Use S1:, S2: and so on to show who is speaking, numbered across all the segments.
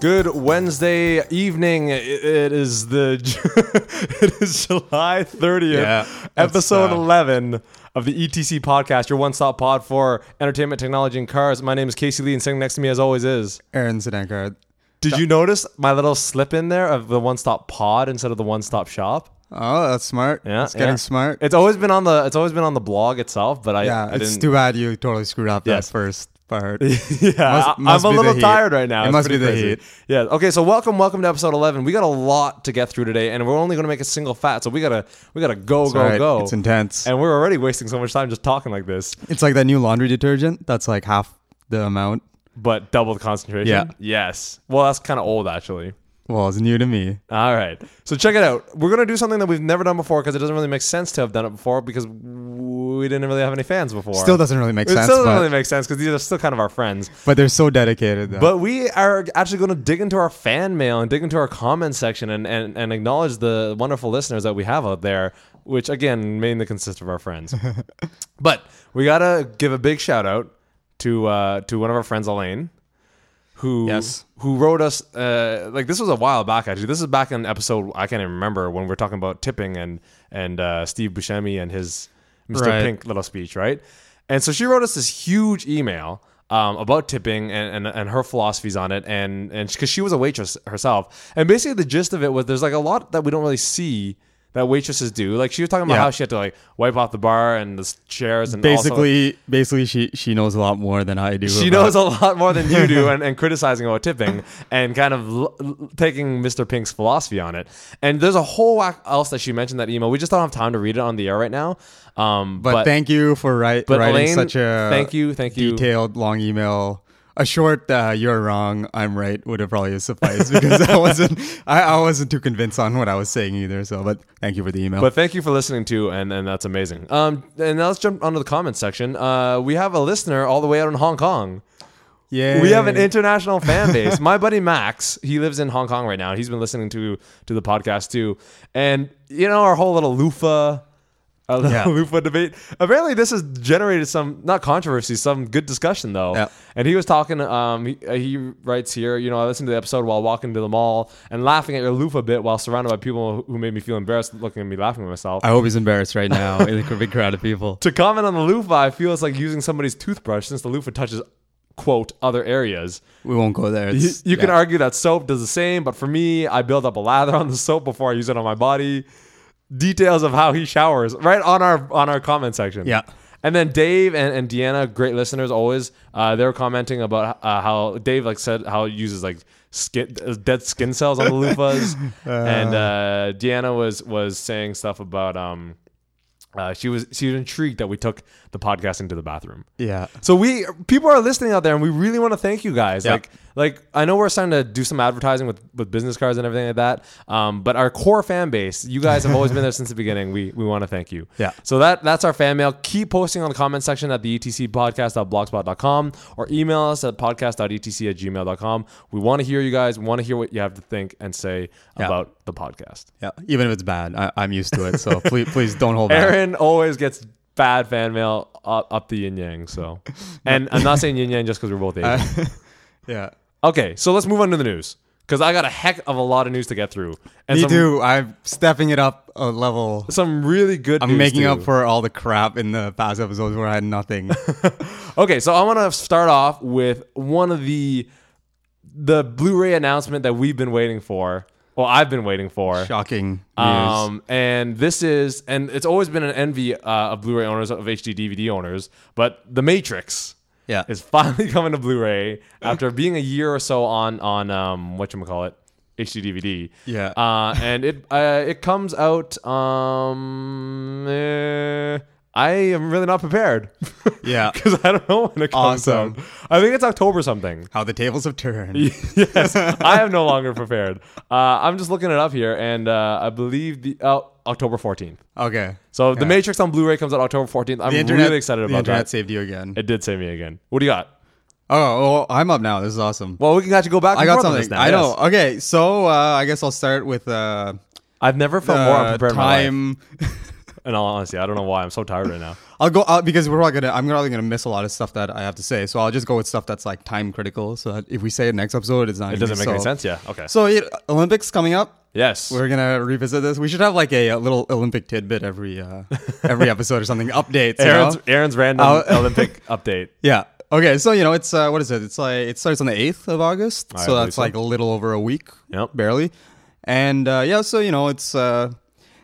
S1: Good Wednesday evening. I- It is the it is July 30th,
S2: Yeah, that's,
S1: episode
S2: uh,
S1: 11 of the ETC podcast, your one-stop pod for entertainment technology and cars. My name is Casey Lee and sitting next to me as always is.
S2: Aaron Zidankard.
S1: Did you notice my little slip in there of the one-stop pod instead of the one-stop shop?
S2: Oh, that's smart.
S1: Yeah,
S2: it's getting
S1: yeah.
S2: smart.
S1: It's always been on the it's always been on the blog itself, but I
S2: yeah,
S1: I
S2: it's
S1: didn't-
S2: too bad you totally screwed up
S1: Yes.
S2: that first part.
S1: Yeah,
S2: Must-
S1: I-
S2: must
S1: I'm
S2: be
S1: a
S2: the
S1: little
S2: heat.
S1: tired right now.
S2: It
S1: It's
S2: must be
S1: pretty
S2: the
S1: crazy.
S2: heat.
S1: Yeah. Okay. So welcome, welcome to episode 11. We got a lot to get through today, and we're only going to make a single fat. So we gotta we gotta go go
S2: Alright,
S1: go.
S2: It's intense.
S1: and we're already wasting so much time just talking like this,
S2: it's like that new laundry detergent that's like half the amount.
S1: but double the concentration.
S2: Yeah.
S1: Yes. Well, that's kind of old actually.
S2: Well, it's new to me.
S1: All right. So check it out. We're gonna do something that we've never done before because it doesn't really make sense to have done it before because we didn't really have any fans before.
S2: Still doesn't really make
S1: It
S2: sense,
S1: still doesn't
S2: but,
S1: really make sense because these are still kind of our friends.
S2: but they're so dedicated. Though.
S1: But we are actually going to dig into our fan mail and dig into our comment section and, and, and acknowledge the wonderful listeners that we have out there, which again mainly consist of our friends. but we gotta give a big shout out to uh, to one of our friends, Elaine, who
S2: Yes.
S1: who wrote us uh, like this was a while back actually. This is back in episode I can't even remember when we are talking about tipping and and uh, Steve Buscemi and his Mr.
S2: Right.
S1: Pink little speech, right? And so she wrote us this huge email um, about tipping and, and, and her philosophies on it, and and because she was a waitress herself, and basically the gist of it was there's like a lot that we don't really see that waitresses do. Like she was talking about
S2: Yeah.
S1: how she had to like wipe off the bar and the s- chairs and also-
S2: basically, basically, she she knows a lot more than I do.
S1: she
S2: about-
S1: knows a lot more than you do and, and criticizing about tipping and kind of l- l- taking Mr. Pink's philosophy on it. And there's a whole whack else that she mentioned in that email. We just don't have time to read it on the air right now. Um,
S2: But,
S1: but,
S2: thank you for write,
S1: but
S2: writing
S1: Elaine,
S2: such a
S1: thank you, thank you.
S2: detailed long email. A short uh, "You're wrong, I'm right" would have probably sufficed because I wasn't I, I wasn't too convinced on what I was saying either. So, but thank you for the email.
S1: But thank you for listening too, and, and that's amazing. Um, and now let's jump onto the comments section. Uh, we have a listener all the way out in Hong Kong.
S2: yeah,
S1: We have an international fan base. My buddy Max, he lives in Hong Kong right now. He's been listening to to the podcast too, and you know our whole little loofah. uh, little
S2: Yeah.
S1: loofah debate. Apparently, this has generated some not controversy, some good discussion though.
S2: Yeah.
S1: And he was talking. Um, he, uh, he writes here. You know, I listened to the episode while walking to the mall and laughing at your loofah bit while surrounded by people who made me feel embarrassed, looking at me laughing at myself.
S2: I hope he's embarrassed right now in a big crowd of people.
S1: To comment on the loofah, I feel it's like using somebody's toothbrush since the loofah touches, quote, other areas.
S2: We won't go there.
S1: You,
S2: It's-
S1: you can
S2: yeah.
S1: argue that soap does the same, but for me, I build up a lather on the soap before I use it on my body. Details of how he showers right on our on our comment section.
S2: Yeah.
S1: And then Dave and, and Deanna, great listeners always. Uh, they were commenting about uh, how Dave like said how he uses like skin, uh, dead skin cells on the loofahs, and uh, Deanna was was saying stuff about um, uh, she was she was intrigued that we took the podcast into the bathroom.
S2: yeah.
S1: So we people are listening out there, and we really want to thank you guys.
S2: Yeah.
S1: Like, like I know we're starting to do some advertising with with business cards and everything like that. Um, but our core fan base, you guys have always been there since the beginning. We we want to thank you.
S2: Yeah.
S1: So that that's our fan mail. Keep posting on the comment section at the e etc podcast.blogspot.com or email us at podcast.etc at gmail.com. We want to hear you guys. We want to hear what you have to think and say
S2: Yeah.
S1: about the podcast.
S2: Yeah, even if it's bad, I, I'm used to it. So please, please don't hold back.
S1: Aaron always gets bad fan mail up, up the yin yang. So, and I'm not saying yin yang just because we're both Asian.
S2: Yeah,
S1: Okay, so let's move on to the news because I got a heck of a lot of news to get through. And
S2: me
S1: some,
S2: too. I'm stepping it up a level.
S1: Some really good.
S2: I'm
S1: news
S2: making
S1: too.
S2: up for all the crap in the past episodes where I had nothing.
S1: Okay, so I want to start off with one of the the Blu-ray announcement that we've been waiting for. Well, I've been waiting for.
S2: Shocking news.
S1: Um, and this is, and it's always been an envy uh, of Blu-ray owners, of HD DVD owners, but The Matrix
S2: yeah,
S1: is finally coming to Blu-ray after being a year or so on on um, what call it HD DVD.
S2: Yeah.
S1: uh, and it uh, it comes out. Um, eh, I am really not prepared
S2: yeah.
S1: because I don't know when it comes
S2: Awesome.
S1: out. I think it's October something.
S2: How the tables have turned.
S1: yes, I am no longer prepared. Uh, I'm just looking it up here, and uh, I believe the oh, October 14th.
S2: Okay.
S1: So The Matrix on Blu-ray comes out October 14th. I'm
S2: The internet,
S1: really excited
S2: The
S1: about
S2: internet
S1: that.
S2: saved you again.
S1: It did save me again. What do you got?
S2: oh, well, I'm up now. This is awesome.
S1: Well, we can actually go back. And
S2: I got
S1: forth on this
S2: something.
S1: now,
S2: I
S1: yes.
S2: know. Okay, so uh, I guess I'll start with uh,
S1: I've never felt Oh, more
S2: uh,
S1: unprepared in my life.
S2: time.
S1: In all honesty, I don't know why. I'm so tired right now.
S2: I'll go out because we're all gonna. I'm probably gonna miss a lot of stuff that I have to say. So I'll just go with stuff that's like time critical. So that if we say it next episode, it's not.
S1: It doesn't make any sense. Yeah. Okay.
S2: So yeah, Olympics coming up.
S1: yes.
S2: We're gonna revisit this. We should have like a, a little Olympic tidbit every uh, every episode or something. Updates. you know?
S1: Aaron's, Aaron's random
S2: I'll-
S1: Olympic update.
S2: Yeah. Okay. So you know, it's uh, what is it? It's like it starts on the eighth of August.
S1: I
S2: so
S1: believe
S2: that's
S1: so.
S2: like a little over a week.
S1: Yep.
S2: Barely. And uh, yeah, so you know, it's uh,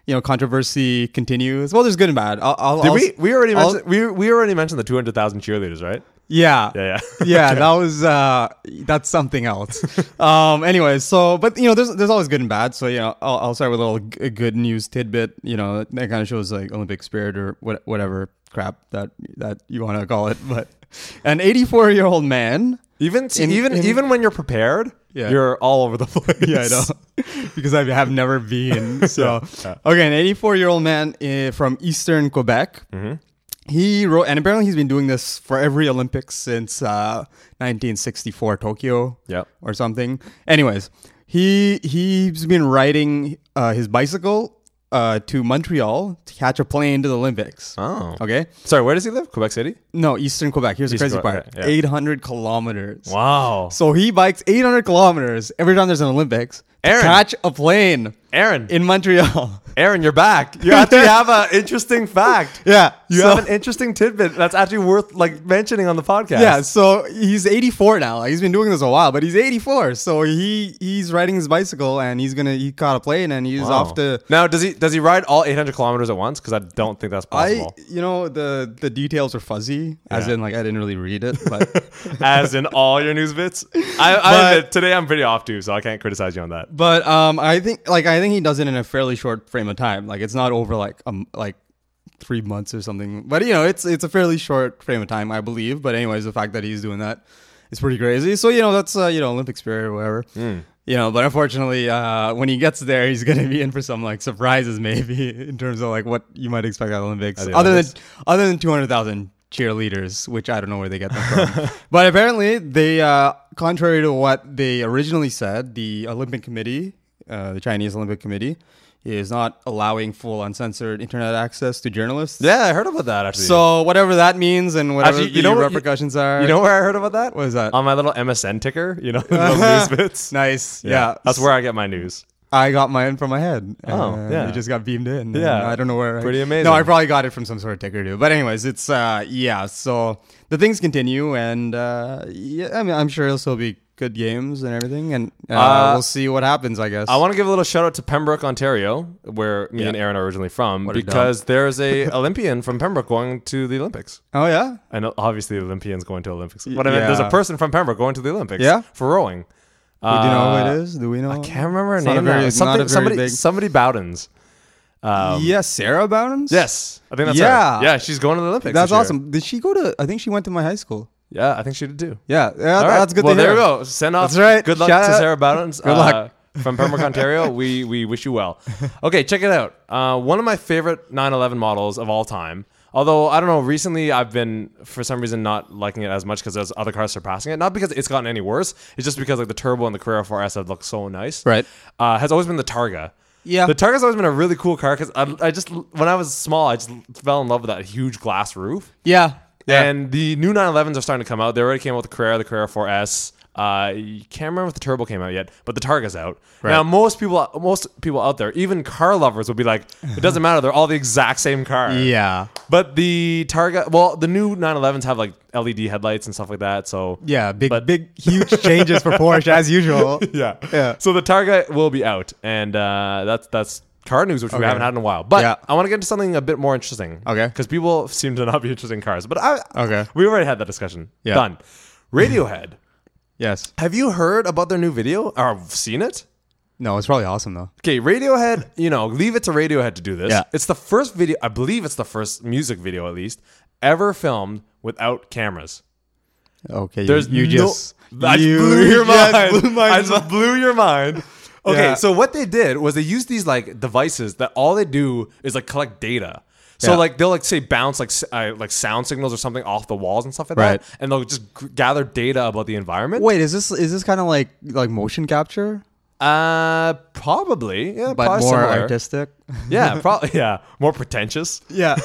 S2: you know, controversy continues. Well, there's good and bad. I'll, I'll,
S1: Did
S2: I'll-
S1: we? We already
S2: I'll-
S1: mentioned. We, we already mentioned the 200,000 cheerleaders, right?
S2: Yeah.
S1: Yeah. Yeah.
S2: yeah, that was uh, that's something else. um, anyway, so but you know, there's there's always good and bad. So you know, I'll, I'll start with a little g- good news tidbit. You know, that kind of shows like Olympic spirit or what, whatever crap that that you want to call it. But an 84 year old man.
S1: even t-
S2: In-
S1: even
S2: in-
S1: even when you're prepared,
S2: Yeah.
S1: you're all over the place.
S2: Yeah, I know. because I have never been. So, okay, an 84 year old man uh, from Eastern Quebec.
S1: Mm-hmm.
S2: He wrote, and apparently he's been doing this for every Olympics since uh, 1964 Tokyo
S1: Yep.
S2: or something. Anyways, he he's been riding uh, his bicycle uh, to Montreal to catch a plane to the Olympics.
S1: Oh.
S2: Okay,
S1: Sorry. Where does he live? Quebec City.
S2: no, Eastern Quebec. Here's
S1: Eastern
S2: the crazy
S1: Quebec,
S2: part:
S1: yeah.
S2: 800 kilometers.
S1: Wow.
S2: So he bikes 800 kilometers every time there's an Olympics to
S1: Aaron.
S2: catch a plane
S1: Aaron.
S2: in Montreal.
S1: Aaron, you're back. You actually have an interesting fact.
S2: yeah.
S1: You
S2: so,
S1: have an interesting tidbit that's actually worth like mentioning on the podcast.
S2: yeah, so he's 84 now. Like, he's been doing this a while, but he's 84. So he he's riding his bicycle and he's gonna he caught a plane and he's
S1: Wow.
S2: off to
S1: Oh. now, does he does he ride all 800 kilometers at once? Because I don't think that's
S2: I
S1: possible.
S2: you know the the details are fuzzy as
S1: Yeah.
S2: in like I didn't really read it, but
S1: As in all your news bits. I, I
S2: But-
S1: admit, today I'm pretty off too, so I can't criticize you on that.
S2: but um I think like I think he does it in a fairly short frame of time. Like it's not over like um like three months or something. But you know it's it's a fairly short frame of time I believe. But anyways, the fact that he's doing that is pretty crazy. So you know that's uh, you know Olympic spirit or whatever. You know, but unfortunately, uh, when he gets there, he's gonna be in for some like surprises, maybe in terms of like what you might expect at Olympics.
S1: the
S2: Other than
S1: Olympics.
S2: other than 200,000 cheerleaders, which I don't know where they get them from. but apparently, they, uh, contrary to what they originally said, the Olympic Committee, uh, the Chinese Olympic Committee, is not allowing full uncensored internet access to journalists.
S1: Yeah, I heard about that actually.
S2: So whatever that means and whatever
S1: Actually, you
S2: the
S1: know what-
S2: repercussions are,
S1: you know Um, where I heard about that? Uh-huh.
S2: what is that?
S1: on my little MSN ticker, you know, those news bits.
S2: nice. Yeah.
S1: That's where I get my news.
S2: I got mine from my head.
S1: Oh,
S2: and
S1: yeah.
S2: It just got beamed in.
S1: Yeah.
S2: Yeah. I don't know where. I-
S1: Pretty amazing.
S2: No, I probably got it from some sort of ticker too. But anyways, it's uh yeah. So the things continue, and uh yeah, I mean, I'm sure it'll still be good games and everything, and uh,
S1: Uh,
S2: we'll see what happens. I guess.
S1: I want to give a little shout out to Pembroke, Ontario, where me and Aaron are originally from,
S2: a dump.
S1: because there's a Olympian from Pembroke going to the Olympics.
S2: oh yeah.
S1: And obviously, the Olympians going to Olympics. But I mean,
S2: yeah.
S1: there's a person from Pembroke going to the Olympics.
S2: Yeah?
S1: for rowing. Uh,
S2: Do you know who it is? Do we know?
S1: I can't remember her
S2: It's not a
S1: name.
S2: very-
S1: now.
S2: not
S1: Something,
S2: a very
S1: somebody,
S2: big-
S1: somebody Bowdens. Um,
S2: yeah, Sarah Bowdens.
S1: Yes, I think that's
S2: Yeah.
S1: her. Yeah, she's going to the Olympics.
S2: That's
S1: this year.
S2: awesome. Did she go to? I think she went to my high school.
S1: Yeah, I think she did too.
S2: Yeah, yeah
S1: All
S2: that-
S1: right.
S2: that's good.
S1: Well,
S2: to hear.
S1: there we go. Send off.
S2: That's right.
S1: Good luck
S2: Shout
S1: to
S2: out.
S1: Sarah Bowdens. uh,
S2: Good luck.
S1: From Pembroke, Ontario, we, we wish you well. Okay, check it out. Uh, one of my favorite 911 models of all time. Although, I don't know, recently I've been, for some reason, not liking it as much because there's other cars surpassing it. Not because it's gotten any worse. It's just because like the Turbo and the Carrera 4S have looked so nice.
S2: Right.
S1: Uh, has always been the Targa.
S2: Yeah.
S1: The Targa's always been a really cool car because I, I just, when I was small, I just fell in love with that huge glass roof.
S2: Yeah. Yeah.
S1: And the new 911s are starting to come out. They already came out with the Carrera, the Carrera 4S. Uh, you can't remember if the turbo came out yet, but the Targa's out. Now, most people, most people out there, even car lovers, will be like, "It doesn't matter. They're all the exact same car."
S2: yeah.
S1: But the Targa, well, the new 911s have like LED headlights and stuff like that. So
S2: Yeah, big, big, huge changes for Porsche as usual.
S1: yeah,
S2: Yeah.
S1: So the Targa will be out, and uh, that's that's car news, which we haven't had in a while. But
S2: Yeah.
S1: I want to get into something a bit more interesting.
S2: Okay.
S1: Because people seem to not be interested in cars, but I
S2: Okay.
S1: We already had that discussion.
S2: Yeah.
S1: Done. Radiohead.
S2: Yes.
S1: Have you heard about their new video or seen it?
S2: No, it's probably awesome though.
S1: Okay, Radiohead, you know, leave it to Radiohead to do this.
S2: Yeah.
S1: It's the first video, I believe it's the first music video at least, ever filmed without cameras.
S2: Okay,
S1: There's
S2: you, you
S1: no-
S2: just
S1: I just
S2: you
S1: blew your
S2: just
S1: mind.
S2: blew my
S1: I just
S2: mind.
S1: blew your mind. Okay,
S2: Yeah.
S1: so what they did was they used these like devices that all they do is like collect data. So
S2: Yeah.
S1: like they'll like say bounce like s- uh, like sound signals or something off the walls and stuff like
S2: Right.
S1: that, and they'll just g- gather data about the environment.
S2: Wait, is this is this kind of like like motion capture?
S1: Uh, probably. Yeah,
S2: but more
S1: probably similar.
S2: artistic.
S1: Yeah, probably. Yeah, more pretentious.
S2: Yeah,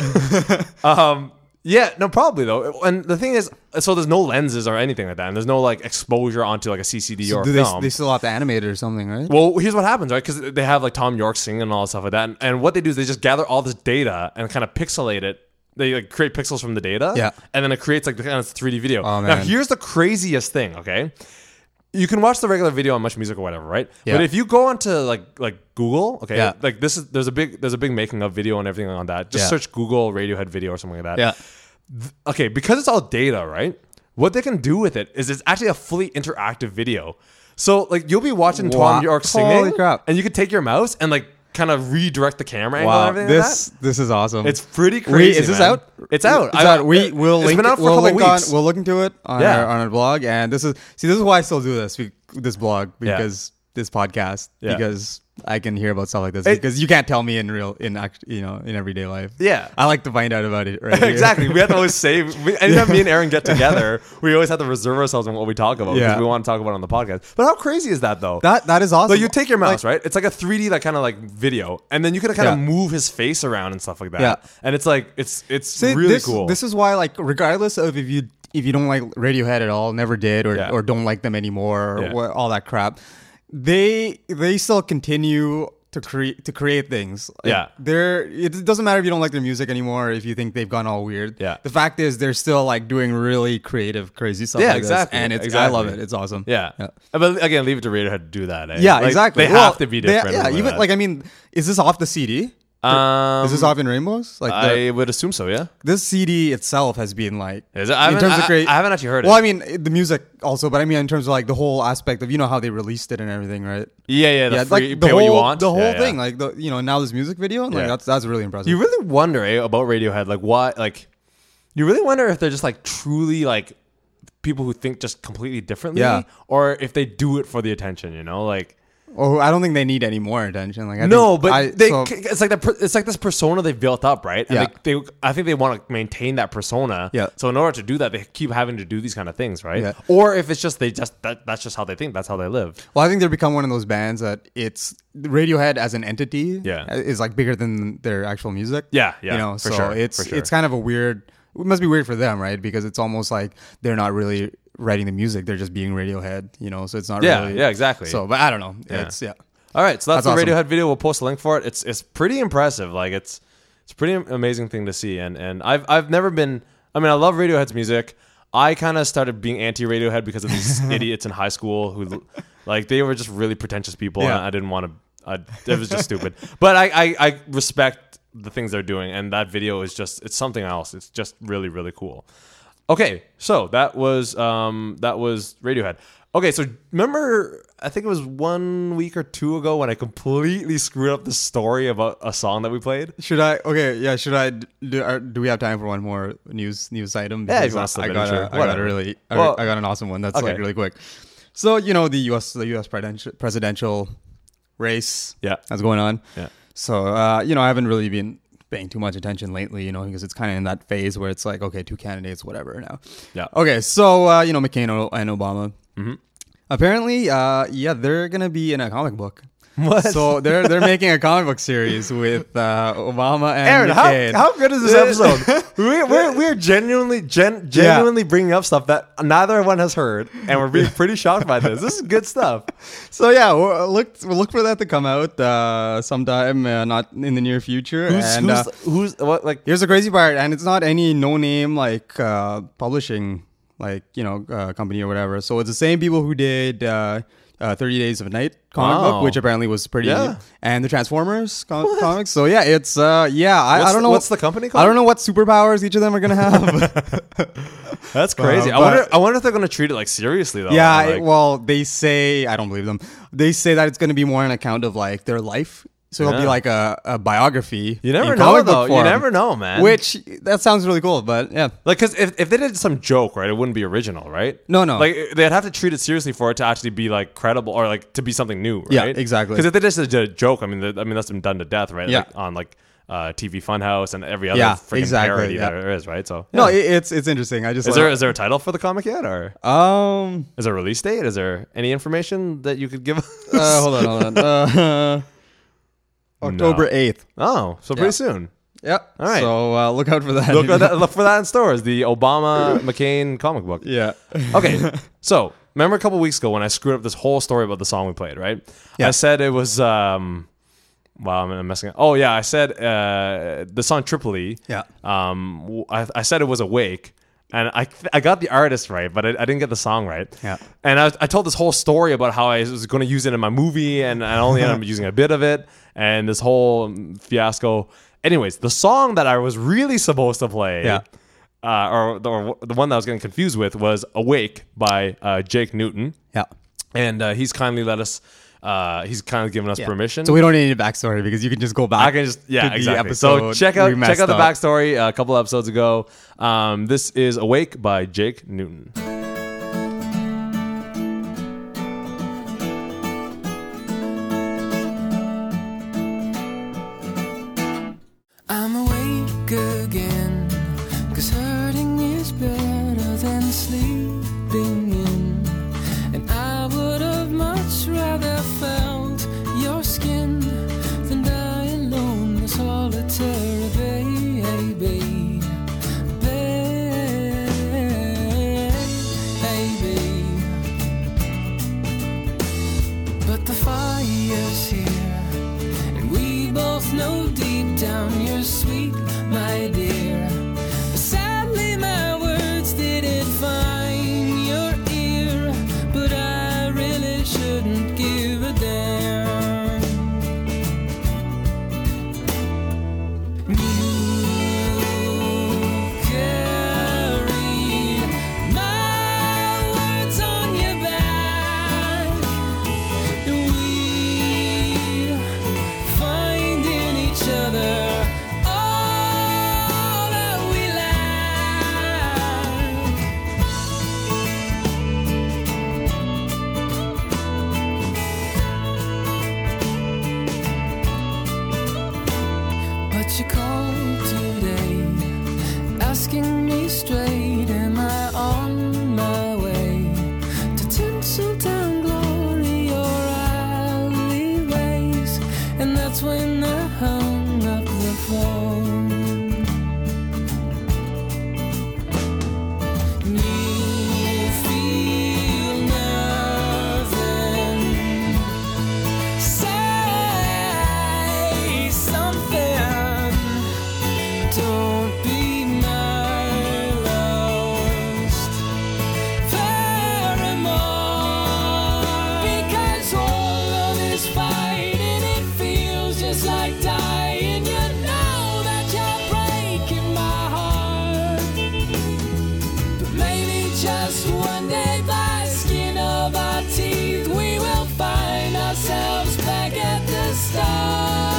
S1: Um, yeah, no, probably though. And the thing is, so there's no lenses or anything like that, and there's no like exposure onto like a CCD or a
S2: do they,
S1: film.
S2: they still have to animate it or something, right?
S1: well, here's what happens, right? Because they have like Tom York singing and all that stuff like that, and, and what they do is they just gather all this data and kind of pixelate it. They like create pixels from the data,
S2: Yeah.
S1: and then it creates like the kind of 3D video.
S2: Oh,
S1: now,
S2: man.
S1: here's the craziest thing, okay? You can watch the regular video on Much Music or whatever, right?
S2: Yeah.
S1: But if you go onto like like Google, okay,
S2: Yeah.
S1: like this is there's a big there's a big making of video and everything on that. Just
S2: Yeah.
S1: search Google Radiohead video or something like that okay, because it's all data, right? What they can do with it is it's actually a fully interactive video. So like you'll be watching
S2: Wow.
S1: Tom York singing,
S2: Holy crap.
S1: and you can take your mouse and like kind of redirect the camera angle
S2: Wow,
S1: and everything. like
S2: this this is awesome.
S1: that. it's pretty
S2: We-
S1: crazy.
S2: is this
S1: man.
S2: out?
S1: It's out.
S2: It's
S1: I-
S2: out. We
S1: it-
S2: will
S1: it's
S2: link.
S1: been out for
S2: we'll
S1: a couple
S2: link on.
S1: weeks.
S2: We'll link into it on
S1: Yeah.
S2: our on our blog. And this is see, this is why I still do this be- this blog because this podcast
S1: Yeah.
S2: because I can hear about stuff like this
S1: It-
S2: because you can't tell me in real in act you know in everyday life.
S1: Yeah.
S2: I like to find out about it. Right here.
S1: exactly. We have to always save. We, anytime me and Aaron get together, we always have to reserve ourselves on what we talk about because
S2: Yeah.
S1: we want to talk about it on the podcast. But how crazy is that though?
S2: That that is awesome.
S1: So you take your mouse, right? It's like a 3D like kind of like video, and then you can kind
S2: Yeah.
S1: of move his face around and stuff like that.
S2: Yeah.
S1: And it's like it's it's
S2: See,
S1: really
S2: this,
S1: cool.
S2: This is why, like, regardless of if you if you don't like Radiohead at all, never did, or
S1: Yeah.
S2: or don't like them anymore, or
S1: Yeah.
S2: wha- all that crap, they they still continue to create to create things. Like,
S1: Yeah.
S2: they're it doesn't matter if you don't like their music anymore, or if you think they've gone all weird.
S1: Yeah.
S2: the fact is they're still like doing really creative, crazy stuff.
S1: Yeah,
S2: like this,
S1: exactly,
S2: and it's I
S1: exactly.
S2: love it. It's awesome.
S1: Yeah. But again, leave it to Radiohead to do that. eh?
S2: Yeah,
S1: Like,
S2: exactly.
S1: They
S2: Well,
S1: have to be
S2: they-
S1: different.
S2: yeah, even like I mean, is this off the CD?
S1: um,
S2: Is this off in rainbows? Like the-
S1: I would assume so. Yeah.
S2: this CD itself has been like
S1: Is it? I haven't- I- I haven't actually heard it.
S2: Well, I mean it- the music also, but I mean in terms of like the whole aspect of you know how they released it and everything, right?
S1: Yeah, yeah. The
S2: yeah,
S1: free,
S2: like the
S1: pay
S2: whole
S1: what you want.
S2: the whole
S1: Yeah, yeah.
S2: thing, like the you know now this music video, and like
S1: Yeah.
S2: that's that's really impressive.
S1: You really wonder eh, about Radiohead, like why, like you really wonder if they're just like truly like people who think just completely differently,
S2: Yeah.
S1: or if they do it for the attention. You know, like
S2: oh, I don't think they need any more attention. Like I
S1: no,
S2: think
S1: but
S2: I-
S1: they
S2: so-
S1: it's like that per- it's like this persona they built up, right? And
S2: Yeah.
S1: they, they I think they want to maintain that persona.
S2: Yeah.
S1: So in order to do that, they keep having to do these kind of things, right?
S2: Yeah.
S1: Or if it's just they just that, that's just how they think, that's how they live.
S2: well, I think they've become one of those bands that it's Radiohead as an entity,
S1: Yeah.
S2: is like bigger than their actual music.
S1: Yeah, yeah,
S2: you know,
S1: for
S2: so
S1: sure,
S2: it's
S1: for sure.
S2: it's kind of a weird. It must be weird for them, right? Because it's almost like they're not really writing the music; they're just being Radiohead, you know. So it's not
S1: Yeah,
S2: really,
S1: yeah, exactly.
S2: So, but I don't know. It's yeah,
S1: All right, so that's,
S2: That's
S1: the
S2: awesome.
S1: Radiohead video. We'll post a link for it. It's it's pretty impressive. Like it's it's a pretty amazing thing to see. And and I've I've never been. I mean, I love Radiohead's music. I kind of started being anti Radiohead because of these idiots in high school who, like, they were just really pretentious people, and
S2: Yeah.
S1: I didn't want to. I, it was just stupid. But I, I I respect the things they're doing, and that video is just it's something else. It's just really really cool. Okay, so that was um that was Radiohead. Okay, so remember I think it was one week or two ago when I completely screwed up the story about a song that we played.
S2: Should I? Okay, yeah. Should I? Do, are, do we have time for one more news news item?
S1: Yeah, if
S2: Because
S1: you wanna slip
S2: I
S1: it in,
S2: got
S1: sure.
S2: a, I got a
S1: Whatever.
S2: really. I,
S1: Well-
S2: I got an awesome one. That's like
S1: Okay.
S2: really quick. So you know the U.S. the U.S. presidential presidential race.
S1: Yeah.
S2: that's going on.
S1: Yeah.
S2: So uh, you know, I haven't really been paying too much attention lately. You know, because it's kind of in that phase where it's like, okay, two candidates, whatever. Now.
S1: Yeah. Mm-hmm.
S2: Okay, so uh, you know, McCain o- and Obama. Apparently, uh, yeah, they're gonna be in a comic book.
S1: What?
S2: So they're they're making a comic book series with uh, Obama and
S1: Aaron,
S2: McCain.
S1: how, how good is this episode? we're, we're, we're genuinely gen,
S2: Yeah.
S1: genuinely bringing up stuff that neither one has heard, and we're being pretty shocked by this. This is good stuff.
S2: so yeah, we'll look we'll look for that to come out uh, sometime, uh, not in the near future.
S1: Who's,
S2: and
S1: who's,
S2: uh,
S1: who's what like
S2: here's the crazy part, and it's not any no name like uh, publishing like you know uh, company or whatever. So it's the same people who did. Uh, uh, 30 Days of Night comic
S1: Wow.
S2: book, which apparently was pretty,
S1: Yeah.
S2: and the Transformers com- comics. So yeah, it's uh, yeah. I,
S1: What's
S2: I don't
S1: the-
S2: know
S1: what's the company
S2: I
S1: called?
S2: don't know what superpowers each of them are gonna have.
S1: that's crazy. I
S2: but-
S1: wonder I wonder if they're gonna treat it like seriously though.
S2: Yeah,
S1: Like-
S2: it- well, they say I don't believe them. They say that it's going to be more an account of like their life, so it'll be
S1: Yeah.
S2: like a, a biography.
S1: You
S2: in
S1: never know
S2: comic book
S1: though. You
S2: form.
S1: never know, man.
S2: Which that sounds really cool, but yeah,
S1: Like, because if, if they did some joke, right, it wouldn't be original, right?
S2: No, no.
S1: Like, they'd have to treat it seriously for it to actually be like credible or like to be something new, right?
S2: Yeah, exactly.
S1: Because if they just did a joke, I mean, th- I mean that's been done to death, right?
S2: Yeah.
S1: Like, on like uh, TV Funhouse and every other
S2: Yeah,
S1: freaking
S2: exactly,
S1: parody
S2: yeah.
S1: there is, right? So
S2: No,
S1: yeah.
S2: it, it's it's interesting. I just
S1: is
S2: like-
S1: there is there a title for the comic yet, or
S2: um
S1: is there a release date? Is there any information that you could give? us?
S2: uh, hold on, hold on. Uh, October
S1: No.
S2: eighth.
S1: oh, so pretty
S2: Yeah.
S1: soon.
S2: Yep.
S1: All right.
S2: So uh, look out for that.
S1: Look, at that, look for that in stores. The Obama McCain comic book.
S2: Yeah.
S1: Okay, so remember a couple weeks ago when I screwed up this whole story about the song we played, right? I
S2: Yeah.
S1: said it was. um Wow, I'm messing up. Oh yeah, I said uh, the song Tripoli.
S2: Yeah.
S1: Um, w- I, I said it was Awake, and I th- I got the artist right, but I, I didn't get the song right.
S2: Yeah.
S1: And I, I told this whole story about how I was going to use it in my movie, and I only ended up using a bit of it, and this whole um, fiasco. Anyways, the song that I was really supposed to play
S2: Yeah.
S1: uh, or, the, or the one that I was getting confused with was "Awake" by uh, Jake Newton,
S2: Yeah.
S1: and uh, he's kindly let us. Uh, he's kindly given us permission.
S2: So we don't need a backstory because you can just go back.
S1: I can just yeah
S2: to the
S1: exactly. So
S2: episode
S1: check out
S2: we
S1: check
S2: messed
S1: out the
S2: up.
S1: backstory uh, a couple episodes ago. Um, this is "Awake" by Jake Newton.
S3: I'm awake again, cause hurting is better than sleeping in. And I would have much rather felt your skin than die alone, a solitary baby. Baby. But the fire's here, and we both know deep down you're sweet, my dear. But sadly, my words didn't find your ear, but I really shouldn't give a damn. You carry my words on your back. We find in each other all that we lack. But you called today, asking me straight, am I on my way to Tinseltown glory or alleyways? And that's when I hung up the phone. You feel nothing. Say something. Don't be my lost Paramore Because all of this fighting it feels just like dying You know that you're breaking my heart But maybe just one day by skin of our teeth We will find ourselves back at the start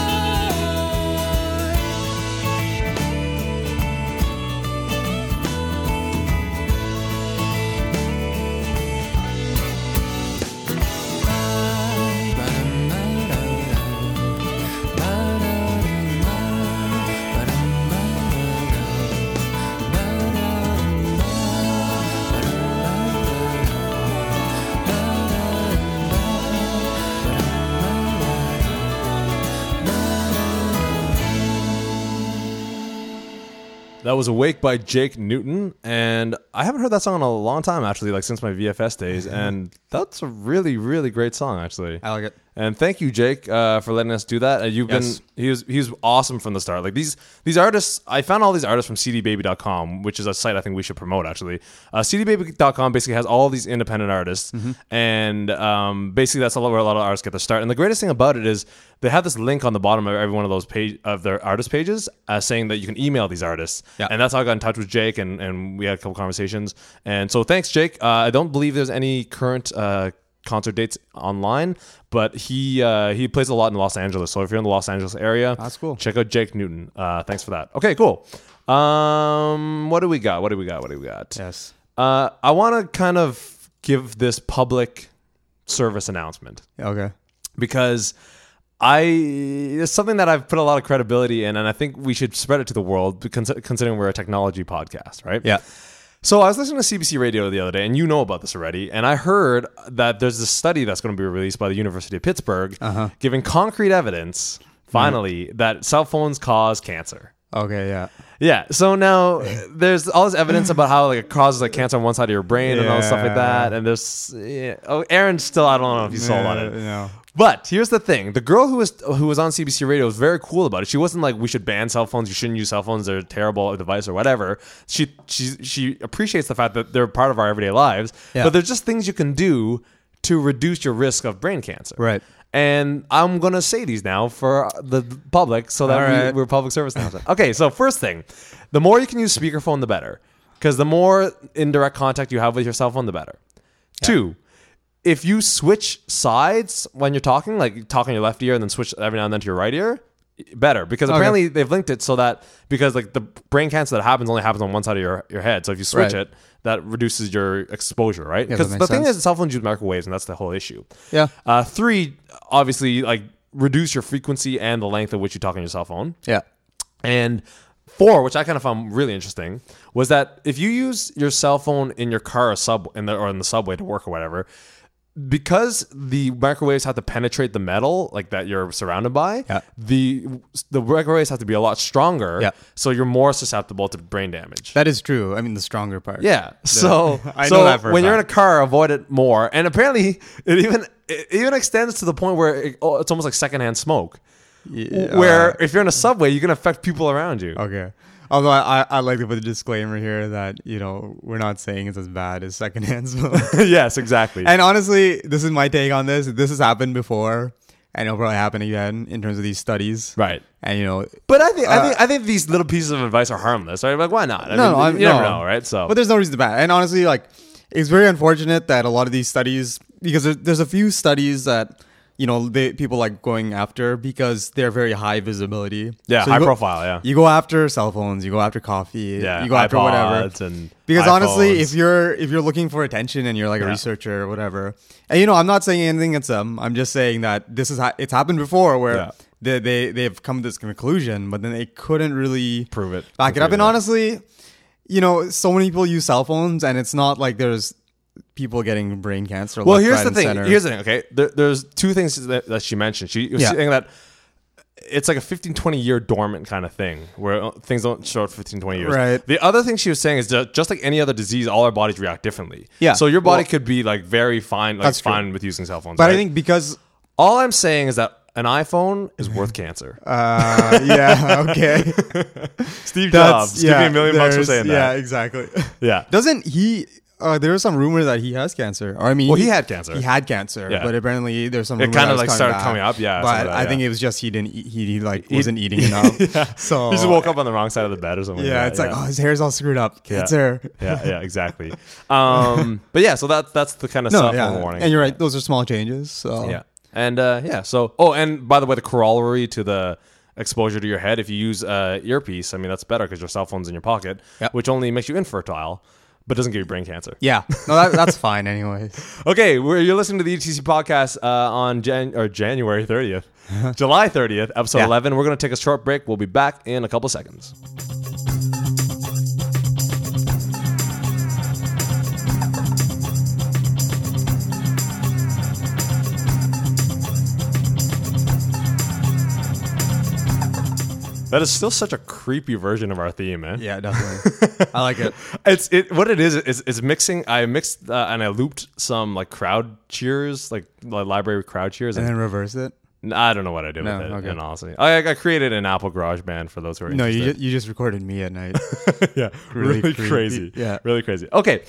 S1: That was "Awake" by Jake Newton, and I haven't heard that song in a long time actually, like since my VFS days. And that's a really really great song actually.
S2: I like it.
S1: And thank you, Jake, uh, for letting us do that. Uh, you've
S2: Yes.
S1: been he was he was awesome from the start. Like these these artists, I found all these artists from CDBaby.com, which is a site I think we should promote actually. Uh, CDBaby.com basically has all these independent artists,
S2: Mm-hmm.
S1: and um, basically that's a lot where a lot of artists get their start. And the greatest thing about it is they have this link on the bottom of every one of those page of their artist pages, uh, saying that you can email these artists.
S2: Yeah.
S1: And that's how I got in touch with Jake, and and we had a couple conversations. And so thanks, Jake. Uh, I don't believe there's any current. Uh, concert dates online, but he uh, he plays a lot in Los Angeles. So if you're in the Los Angeles area,
S2: That's cool.
S1: Check out Jake Newton. Uh, thanks for that. Okay, cool. Um, what do we got? What do we got? What do we got?
S2: Yes.
S1: Uh, I want to kind of give this public service announcement
S2: Okay.
S1: because I it's something that I've put a lot of credibility in, and I think we should spread it to the world, because- considering we're a technology podcast, right?
S2: Yeah.
S1: So I was listening to CBC Radio the other day, and you know about this already. And I heard that there's this study that's going to be released by the University of Pittsburgh,
S2: Uh-huh.
S1: giving concrete evidence, finally,
S2: Mm-hmm.
S1: that cell phones cause cancer.
S2: Okay. Yeah.
S1: Yeah. So now there's all this evidence about how like it causes like cancer on one side of your brain and all this stuff like that. And there's yeah. oh, Aaron's still I don't know if he's sold on it.
S2: Yeah.
S1: But here's the thing: the girl who was who was on CBC Radio was very cool about it. She wasn't like, "We should ban cell phones. You shouldn't use cell phones. They're a terrible device or whatever." She she she appreciates the fact that they're part of our everyday lives,
S2: Yeah.
S1: but they're just things you can do to reduce your risk of brain cancer.
S2: Right.
S1: And I'm gonna say these now for the public, so that
S2: All
S1: we,
S2: right.
S1: we're public service announcement. okay, so first thing, the more you can use speakerphone, the better, because the more indirect contact you have with your cell phone, the better. Two, if you switch sides when you're talking, like talk on your left ear and then switch every now and then to your right ear, better. Because apparently they've linked it so that because like the brain cancer that happens only happens on one side of your, your head. So if you switch
S2: Right.
S1: it, that reduces your exposure, right?
S2: that
S1: Because the
S2: makes
S1: thing
S2: sense.
S1: is, cell phones use microwaves, and that's the whole issue.
S2: Yeah.
S1: Uh, three, obviously, like reduce your frequency and the length at which you talk on your cell phone.
S2: Yeah.
S1: And four, which I kind of found really interesting, was that if you use your cell phone in your car or sub in the, or in the subway to work or whatever, because the microwaves have to penetrate the metal like that you're surrounded by,
S2: Yeah.
S1: the the microwaves have to be a lot stronger,
S2: Yeah.
S1: so you're more susceptible to brain damage.
S2: That is true. I mean, the stronger part.
S1: Yeah. So,
S2: I
S1: so
S2: know that for a
S1: when you're in a
S2: fact.
S1: car, avoid it more. And apparently, it even it even extends to the point where it, oh, it's almost like secondhand smoke,
S2: Yeah. uh,
S1: where if you're in a subway, you can affect people around you.
S2: Okay. Although I, I, I like to put a disclaimer here that, you know, we're not saying it's as bad as secondhand smoke.
S1: yes, exactly.
S2: and honestly, this is my take on this. This has happened before and it'll probably happen again in terms of these studies.
S1: right.
S2: And, you know,
S1: But I think I
S2: Uh,
S1: think I think these little pieces of advice are harmless, right? Like why not? I
S2: no,
S1: mean,
S2: I'm,
S1: you
S2: no.
S1: never know, right? So
S2: but there's no reason to ban. And honestly, like, it's very unfortunate that a lot of these studies, because there, there's a few studies that you know they, people like going after because they're very high visibility.
S1: yeah,
S2: So you
S1: high
S2: go-
S1: profile, yeah.
S2: You go after cell phones, you go after coffee,
S1: yeah,
S2: you go after
S1: iPods
S2: whatever.
S1: and
S2: Because honestly, if
S1: iPhones.
S2: you're if you're looking for attention and you're like a
S1: Yeah.
S2: researcher or whatever, and you know, I'm not saying anything against them. I'm just saying that this is ha- it's happened before where
S1: Yeah.
S2: they, they they've come to this conclusion, but then they couldn't really
S1: Prove it.
S2: back it up.
S1: Prove
S2: And
S1: it.
S2: honestly, you know, so many people use cell phones, and it's not like there's people getting brain cancer.
S1: Well,
S2: left,
S1: here's
S2: right,
S1: the
S2: and
S1: thing.
S2: center.
S1: Here's the thing. Okay, there, there's two things that, that she mentioned. She was
S2: Yeah.
S1: saying that it's like a 15, 20 year dormant kind of thing where uh, things don't show up for 15, 20 years.
S2: Right.
S1: The other thing she was saying is that just like any other disease, all our bodies react differently.
S2: Yeah.
S1: So your body
S2: Well-
S1: could be like very fine, like
S2: That's true.
S1: fine with using cell phones.
S2: but I
S1: right?
S2: think because
S1: all I'm saying is that an iPhone is worth cancer.
S2: uh, yeah, okay,
S1: Steve
S2: that's
S1: Jobs,
S2: yeah,
S1: give me a million bucks for
S2: there's-
S1: saying
S2: Yeah,
S1: that.
S2: exactly.
S1: Yeah.
S2: Doesn't he? Uh, there was some rumor that he has cancer. Or I mean,
S1: Well, he had cancer.
S2: He had cancer,
S1: Yeah.
S2: but apparently there's some.
S1: It
S2: rumor
S1: kinda,
S2: that was
S1: like,
S2: coming
S1: started
S2: back.
S1: coming up, yeah, something
S2: but
S1: like
S2: I
S1: that,
S2: think
S1: yeah.
S2: it was just he didn't. Eat, he, he, like wasn't eating enough. So
S1: He just woke up on the wrong side of the bed or something.
S2: Oh. Yeah,
S1: like
S2: it's
S1: that.
S2: like oh, his hair's all screwed up. Cancer.
S1: yeah, yeah, exactly. Um, but yeah, so that that's the kind of
S2: No,
S1: cell phone
S2: yeah,
S1: warning.
S2: and you're right. Those are small changes. So
S1: yeah, and uh, yeah. So oh, and by the way, the corollary to the exposure to your head, if you use uh, earpiece, I mean that's better because your cell phone's in your pocket,
S2: Yep.
S1: which only makes you infertile, but doesn't give you brain cancer.
S2: Yeah, no, that, that's fine. Anyways,
S1: Okay, we're, you're listening to the ETC podcast uh, on Jan- or January 30th, July 30th, episode
S2: Yeah.
S1: 11. We're going to take a short break. We'll be back in a couple seconds. That is still such a creepy version of our theme, man.
S2: yeah, definitely. I like it.
S1: It's it what it is is is mixing. I mixed uh, and I looped some like crowd cheers, like li- library crowd cheers,
S2: And
S1: and,
S2: then reverse it.
S1: I don't know what I did
S2: No,
S1: with it.
S2: okay.
S1: And honestly, Oh, I, I created an Apple Garage Band for those who are
S2: No, you
S1: interested.
S2: just, you just recorded me at night.
S1: yeah, really,
S2: really creepy.
S1: crazy,
S2: Yeah.
S1: really crazy. Okay,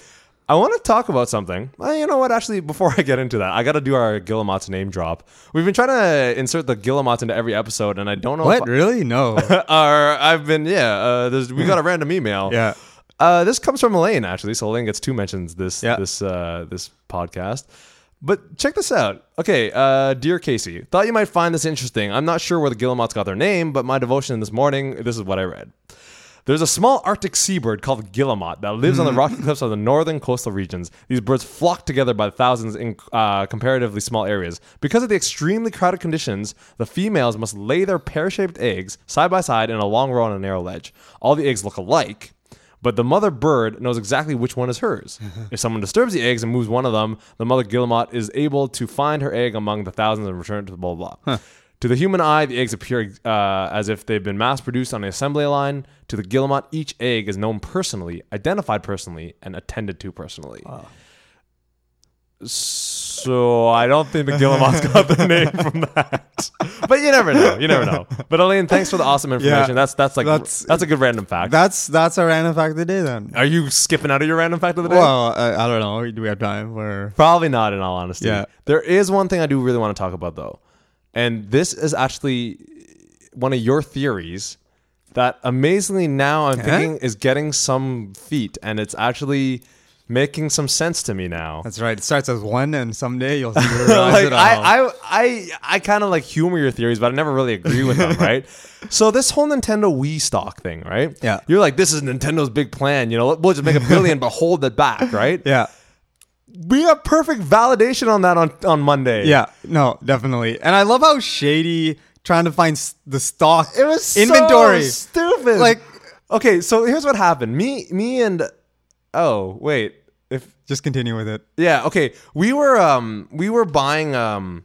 S1: I want to talk about something. Uh, you know what? Actually, before I get into that, I got to do our Guillemot's name drop. We've been trying to insert the Guillemot into every episode, and I don't know
S2: what
S1: If
S2: really? No.
S1: our, I've been yeah. Uh, there's, we got a random email.
S2: Yeah.
S1: Uh, this comes from Elaine actually, so Elaine gets two mentions this
S2: Yeah.
S1: this uh, this podcast. But check this out. Okay, uh, dear Casey, thought you might find this interesting. I'm not sure where the Guillemots got their name, but my devotion this morning, this is what I read. There's a small Arctic seabird called guillemot that lives on the rocky cliffs of the northern coastal regions. These birds flock together by thousands in uh, comparatively small areas. Because of the extremely crowded conditions, the females must lay their pear-shaped eggs side by side in a long row on a narrow ledge. All the eggs look alike, but the mother bird knows exactly which one is hers. if someone disturbs the eggs and moves one of them, the mother guillemot is able to find her egg among the thousands and return it to the blah blah. blah. To the human eye, the eggs appear uh, as if they've been mass produced on an assembly line. To the guillemot, each egg is known personally, identified personally, and attended to personally. So I don't think the guillemot's got the name from that, but you never know. You never know. But Elaine, thanks for the awesome information. that's that's like that's,
S2: that's-
S1: a good random fact.
S2: That's that's our random fact of the day then.
S1: Are you skipping out of your random fact of the day?
S2: Well, I, I don't know. Do we have time for?
S1: Probably not, in all honesty.
S2: Yeah.
S1: There is one thing I do really want to talk about, though. And this is actually one of your theories that amazingly now I'm thinking is getting some feet, and it's actually making some sense to me now.
S2: That's right. It starts as one, and someday you'll see the
S1: like I, I, I, I kind of like humor your theories, but I never really agree with them, right? So this whole Nintendo Wii stock thing, right?
S2: Yeah.
S1: You're like, this is Nintendo's big plan. You know, we'll just make a billion, but hold it back, right?
S2: yeah,
S1: We got perfect validation on that on on Monday.
S2: yeah. No, definitely. And I love how shady trying to find s- the stock.
S1: It was
S2: inventory.
S1: so stupid.
S2: Like-
S1: okay, so here's what happened. Me, me, and oh wait, if
S2: Just continue with it.
S1: yeah, okay, we were um we were buying um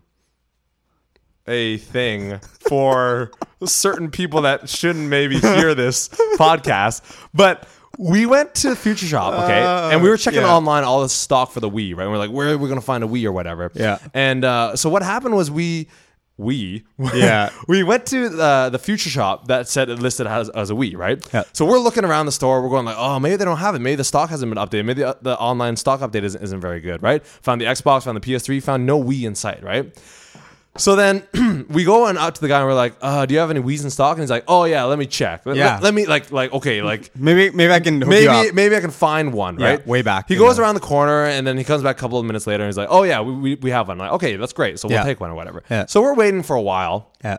S1: a thing for certain people that shouldn't maybe hear this podcast, but. We went to Future Shop, okay,
S2: Uh,
S1: and we were checking
S2: yeah.
S1: online all the stock for the Wii, right? And we're like, where are we gonna find a Wii or whatever?
S2: Yeah.
S1: And uh, so what happened was we, we,
S2: Yeah.
S1: we went to uh, the, the future shop that said it listed as, as a Wii, right?
S2: Yeah.
S1: So we're looking around the store. We're going like, oh, maybe they don't have it. Maybe the stock hasn't been updated. Maybe uh, the, the online stock update isn't, isn't very good, right? Found the Xbox, found the PS3, found no Wii in sight, right? So then we go and out to the guy and we're like, uh, do you have any Wii's in stock? And he's like, oh yeah, let me check. Let-
S2: Yeah.
S1: let- let me like like okay like
S2: Maybe maybe I can hook you
S1: maybe
S2: up.
S1: maybe I can find one,
S2: Yeah,
S1: right?
S2: way back,
S1: He
S2: you
S1: goes
S2: know.
S1: around the corner and then he comes back a couple of minutes later and he's like, "Oh yeah, we, we, we have one." I'm like, okay, that's great. So we'll
S2: Yeah.
S1: take one or whatever.
S2: Yeah.
S1: So we're waiting for a while
S2: Yeah.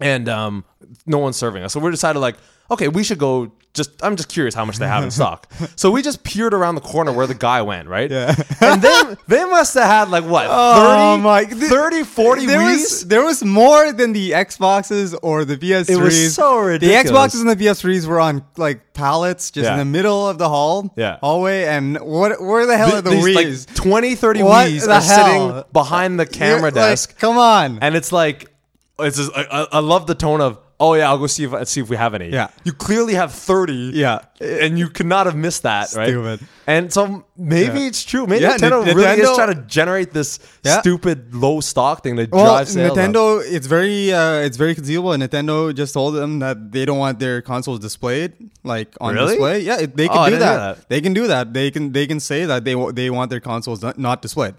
S1: and um, no one's serving us. So we decided like, okay, we should go. Just I'm just curious how much they have in stock. so we just peered around the corner where the guy went, right? Yeah. and then they must have had like what 30,
S2: Oh my-
S1: 30 40
S2: there
S1: Wii's?
S2: was there was more than the Xboxes or the PS3s.
S1: It was so ridiculous.
S2: The Xboxes and the PS3s were on like pallets just
S1: Yeah.
S2: in the middle of the hall,
S1: Yeah.
S2: hallway. And what where the hell are the
S1: These,
S2: Wii's?
S1: like 20 30
S2: What
S1: Wii's
S2: the
S1: are sitting
S2: hell?
S1: behind the
S2: You're-
S1: camera
S2: like,
S1: desk
S2: come on.
S1: and it's like it's just, I, I- I love the tone of oh yeah I'll go see if see if we have any
S2: Yeah.
S1: you clearly have thirty
S2: Yeah.
S1: and you could not have missed that right
S2: Stupid.
S1: and so maybe it's true maybe
S2: Yeah,
S1: Nintendo
S2: Nin-
S1: really is
S2: Nintendo-
S1: trying to generate this
S2: Yeah.
S1: stupid low stock thing that
S2: well,
S1: drives sales up.
S2: Nintendo, it's very, uh, it's very conceivable. and Nintendo just told them that they don't want their consoles displayed, like on
S1: Really?
S2: display. Yeah, it- they can
S1: Oh, I
S2: do
S1: didn't know
S2: that.
S1: that.
S2: They can do that. They can, they can say that they wa- they want their consoles not- not displayed.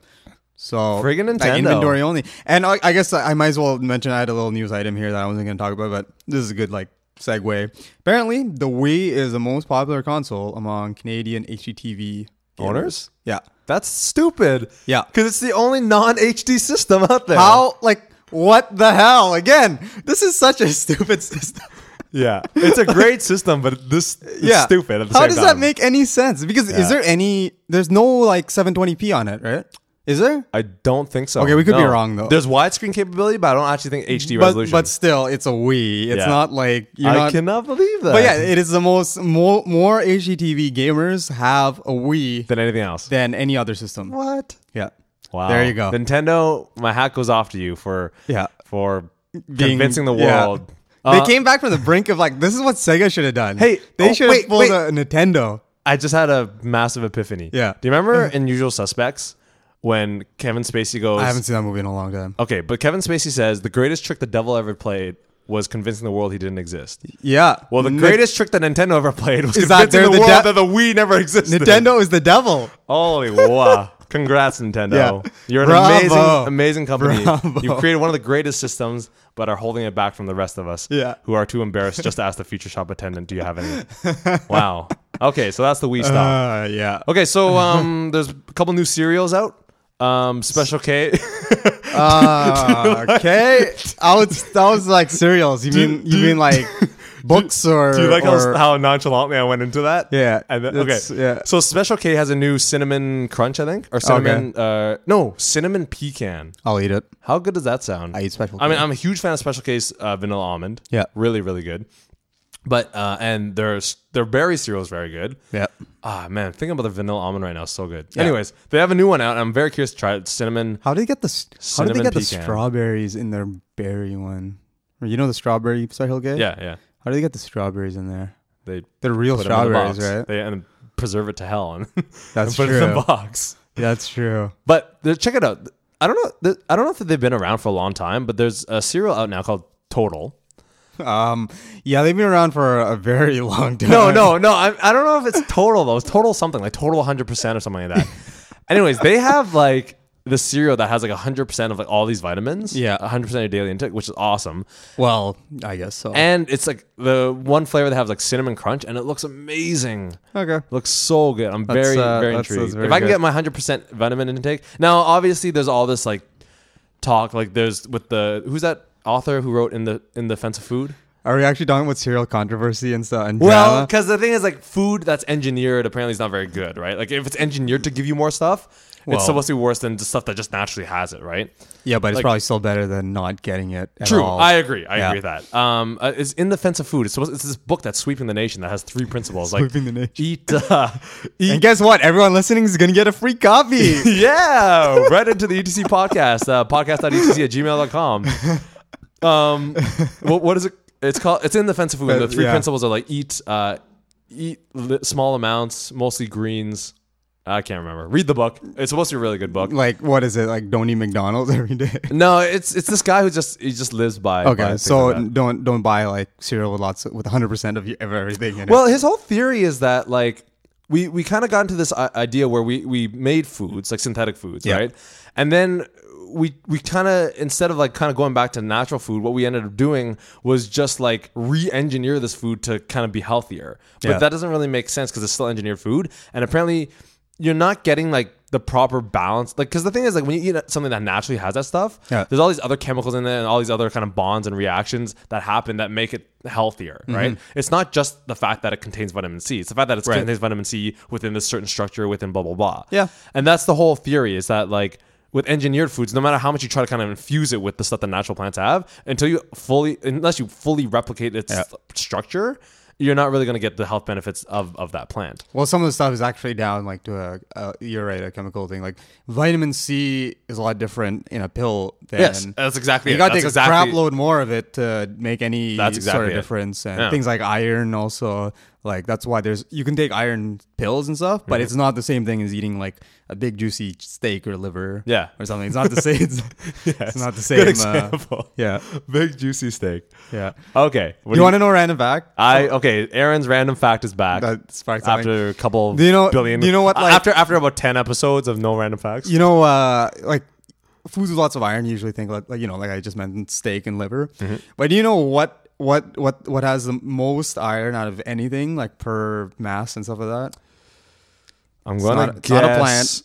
S2: So
S1: Friggin'
S2: like,
S1: Nintendo.
S2: inventory only. And I, I guess I might as well mention I had a little news item here that I wasn't going to talk about, but this is a good like segue. Apparently, the Wii is the most popular console among Canadian HDTV gamers.
S1: Owners?
S2: Yeah.
S1: that's stupid
S2: Yeah.
S1: because it's the only non HD system out there
S2: How like what the hell? Again, this is such a stupid system.
S1: yeah it's a great system but this it's
S2: yeah,
S1: stupid at the
S2: How
S1: same
S2: does that
S1: time.
S2: make any sense? Because
S1: Yeah.
S2: is there any? There's no like 720p on it, right? Is there?
S1: I don't think so.
S2: Okay, we could be
S1: No.
S2: wrong, though.
S1: There's widescreen capability, but I don't actually think HD
S2: But,
S1: resolution.
S2: but still, it's a Wii. It's
S1: Yeah.
S2: not like you're
S1: I
S2: not.
S1: cannot believe that.
S2: but yeah, it is the most more, more HGTV gamers have a Wii
S1: than anything else.
S2: than any other system.
S1: What?
S2: Yeah.
S1: Wow.
S2: There you go.
S1: Nintendo, my hat goes off to you for
S2: Yeah.
S1: for
S2: Being-
S1: convincing the
S2: yeah.
S1: world.
S2: they
S1: Uh,
S2: came back from the brink of like this is what Sega should have done.
S1: Hey,
S2: they
S1: oh,
S2: should
S1: wait,
S2: have pulled
S1: wait.
S2: a Nintendo.
S1: I just had a massive epiphany.
S2: Yeah.
S1: Do you remember in Usual Suspects when Kevin Spacey goes
S2: I haven't seen that movie in a long time.
S1: Okay, but Kevin Spacey says the greatest trick the devil ever played was convincing the world he didn't exist.
S2: Yeah.
S1: Well, the
S2: Ni-
S1: greatest trick that Nintendo ever played was
S2: Is that
S1: convincing
S2: they're
S1: the,
S2: the
S1: world
S2: de-
S1: that the Wii never existed.
S2: Nintendo is the devil.
S1: Holy wow. Congrats, Nintendo.
S2: Yeah.
S1: You're an
S2: Bravo.
S1: amazing, amazing company.
S2: Bravo.
S1: You've created one of the greatest systems, but are holding it back from the rest of us
S2: Yeah.
S1: who are too embarrassed just to ask the future shop attendant, do you have any? wow. Okay, so that's the Wii stop.
S2: Uh, yeah.
S1: okay, so um, there's a couple new cereals out. Um, Special K.
S2: Uh, okay. I was that was like cereals. You mean you mean like books or
S1: Do you like
S2: or,
S1: how, how nonchalantly I went into that?
S2: Yeah,
S1: And then, okay.
S2: that's- yeah.
S1: So Special K has a new cinnamon crunch, I think, or cinnamon. Uh, no, cinnamon pecan.
S2: I'll eat it.
S1: How good does that sound?
S2: I eat Special
S1: I mean,
S2: K.
S1: I'm a huge fan of Special K's uh, vanilla almond.
S2: Yeah.
S1: really, really good. But uh, and their their berry cereal is very good.
S2: Yeah.
S1: Ah man, thinking about the vanilla almond right now is so good. Anyways, they have a new one out. and I'm very curious to try it. Cinnamon.
S2: How did they get the s- How did they
S1: Cinnamon
S2: get the
S1: pecan.
S2: strawberries in their berry one? You know the strawberry Special K?
S1: Yeah, yeah.
S2: How did they get the strawberries in there?
S1: They
S2: They're real
S1: put 'em in a
S2: strawberries,
S1: box.
S2: right?
S1: They and preserve it to hell and, and
S2: That's
S1: put it in the
S2: true.
S1: box.
S2: That's true.
S1: But the- check it out. I don't know. th- I don't know if they've been around for a long time, but there's a cereal out now called Total.
S2: Um, yeah, they've been around for a very long time.
S1: No, no, no. I, I don't know if it's Total though. It's Total something like Total 100 percent or something like that. Anyways, they have like the cereal that has like 100 percent of like all these vitamins.
S2: Yeah.
S1: 100 percent of your daily intake, which is awesome.
S2: Well, I guess so.
S1: And it's like the one flavor that has like cinnamon crunch, and it looks amazing.
S2: okay.
S1: Looks so good. I'm very,
S2: uh,
S1: very
S2: that's- that's
S1: intrigued.
S2: very
S1: if I can
S2: good.
S1: get my 100% vitamin intake. Now, obviously, there's all this like talk, like there's with the who's that author who wrote in the in the fence of food?
S2: Are we actually talking about cereal controversy and stuff? And
S1: Well,
S2: well,
S1: because the thing is, like food that's engineered apparently is not very good, right? Like if it's engineered to give you more stuff,
S2: Well-
S1: it's supposed to be worse than the stuff that just naturally has it, right?
S2: yeah, but it's
S1: like-
S2: probably still better than not getting it. At
S1: True,
S2: all.
S1: I agree. I
S2: Yeah.
S1: agree with that. Um, uh, it's in the fence of food. It's supposed. It's this book that's sweeping the nation that has three principles. Like
S2: Sweeping the nation.
S1: Eat, uh, eat
S2: And guess what? Everyone listening is gonna get a free copy.
S1: yeah, right into the ETC podcast, uh, podcast.etc at gmail.com. Um, what, what is it? It's called, it's in the fence of food.
S2: But,
S1: The three
S2: Uh, yeah.
S1: principles are like eat, uh, eat li- small amounts, mostly greens. I can't remember. Read the book. It's supposed to be a really good book.
S2: like, what is it? Like, don't eat McDonald's every day.
S1: No, it's it's this guy who just he just lives by. by
S2: Okay,
S1: things
S2: so
S1: like that.
S2: don't don't buy like cereal with lots of, with 100 percent of your- of everything. In
S1: Well, his whole theory is that like we we kind of got into this i- idea where we we made foods like synthetic foods,
S2: Yeah.
S1: right? And then we we kind of instead of like kind of going back to natural food, what we ended up doing was just like re-engineer this food to kind of be healthier. But
S2: Yeah.
S1: that doesn't really make sense because it's still engineered food, and apparently you're not getting like the proper balance like because the thing is like when you eat something that naturally has that stuff
S2: Yeah.
S1: there's all these other chemicals in there and all these other kind of bonds and reactions that happen that make it healthier
S2: Mm-hmm.
S1: right it's not just the fact that it contains vitamin c it's the fact that it contains vitamin c within this certain structure within blah blah blah
S2: Yeah.
S1: and that's the whole theory is that like with engineered foods no matter how much you try to kind of infuse it with the stuff that natural plants have until you fully unless you fully replicate its
S2: Yeah.
S1: structure you're not really going to get the health benefits of, of that plant
S2: Well, some of the stuff is actually down like to a, a you're right a chemical thing. Like vitamin C is a lot different in a pill than
S1: Yes, that's exactly
S2: You
S1: it.
S2: got to
S1: That's
S2: take
S1: exactly-
S2: a crap load more of it to make any
S1: That's
S2: sort
S1: exactly
S2: of
S1: it.
S2: difference. And
S1: Yeah.
S2: things like iron also like that's why there's you can take iron pills and stuff,
S1: Mm-hmm.
S2: but it's not the same thing as eating like a big juicy steak or liver,
S1: Yeah.
S2: or something. It's not the same. It's, it's not the same.
S1: Good
S2: uh,
S1: example.
S2: yeah,
S1: big juicy steak
S2: yeah.
S1: okay what
S2: Do you want to know a random fact?
S1: I okay. Aaron's random fact is back
S2: That's fact
S1: after a couple.
S2: Do you know-
S1: Billion.
S2: do you know what,
S1: uh,
S2: like-
S1: after after about ten episodes of no random facts.
S2: you know, uh, like foods with lots of iron. You usually think like, like, you know, like I just mentioned, steak and liver. But do you know what what what what has the most iron out of anything, like per mass and stuff like that?
S1: I'm gonna
S2: not- it's
S1: guess
S2: not a plant.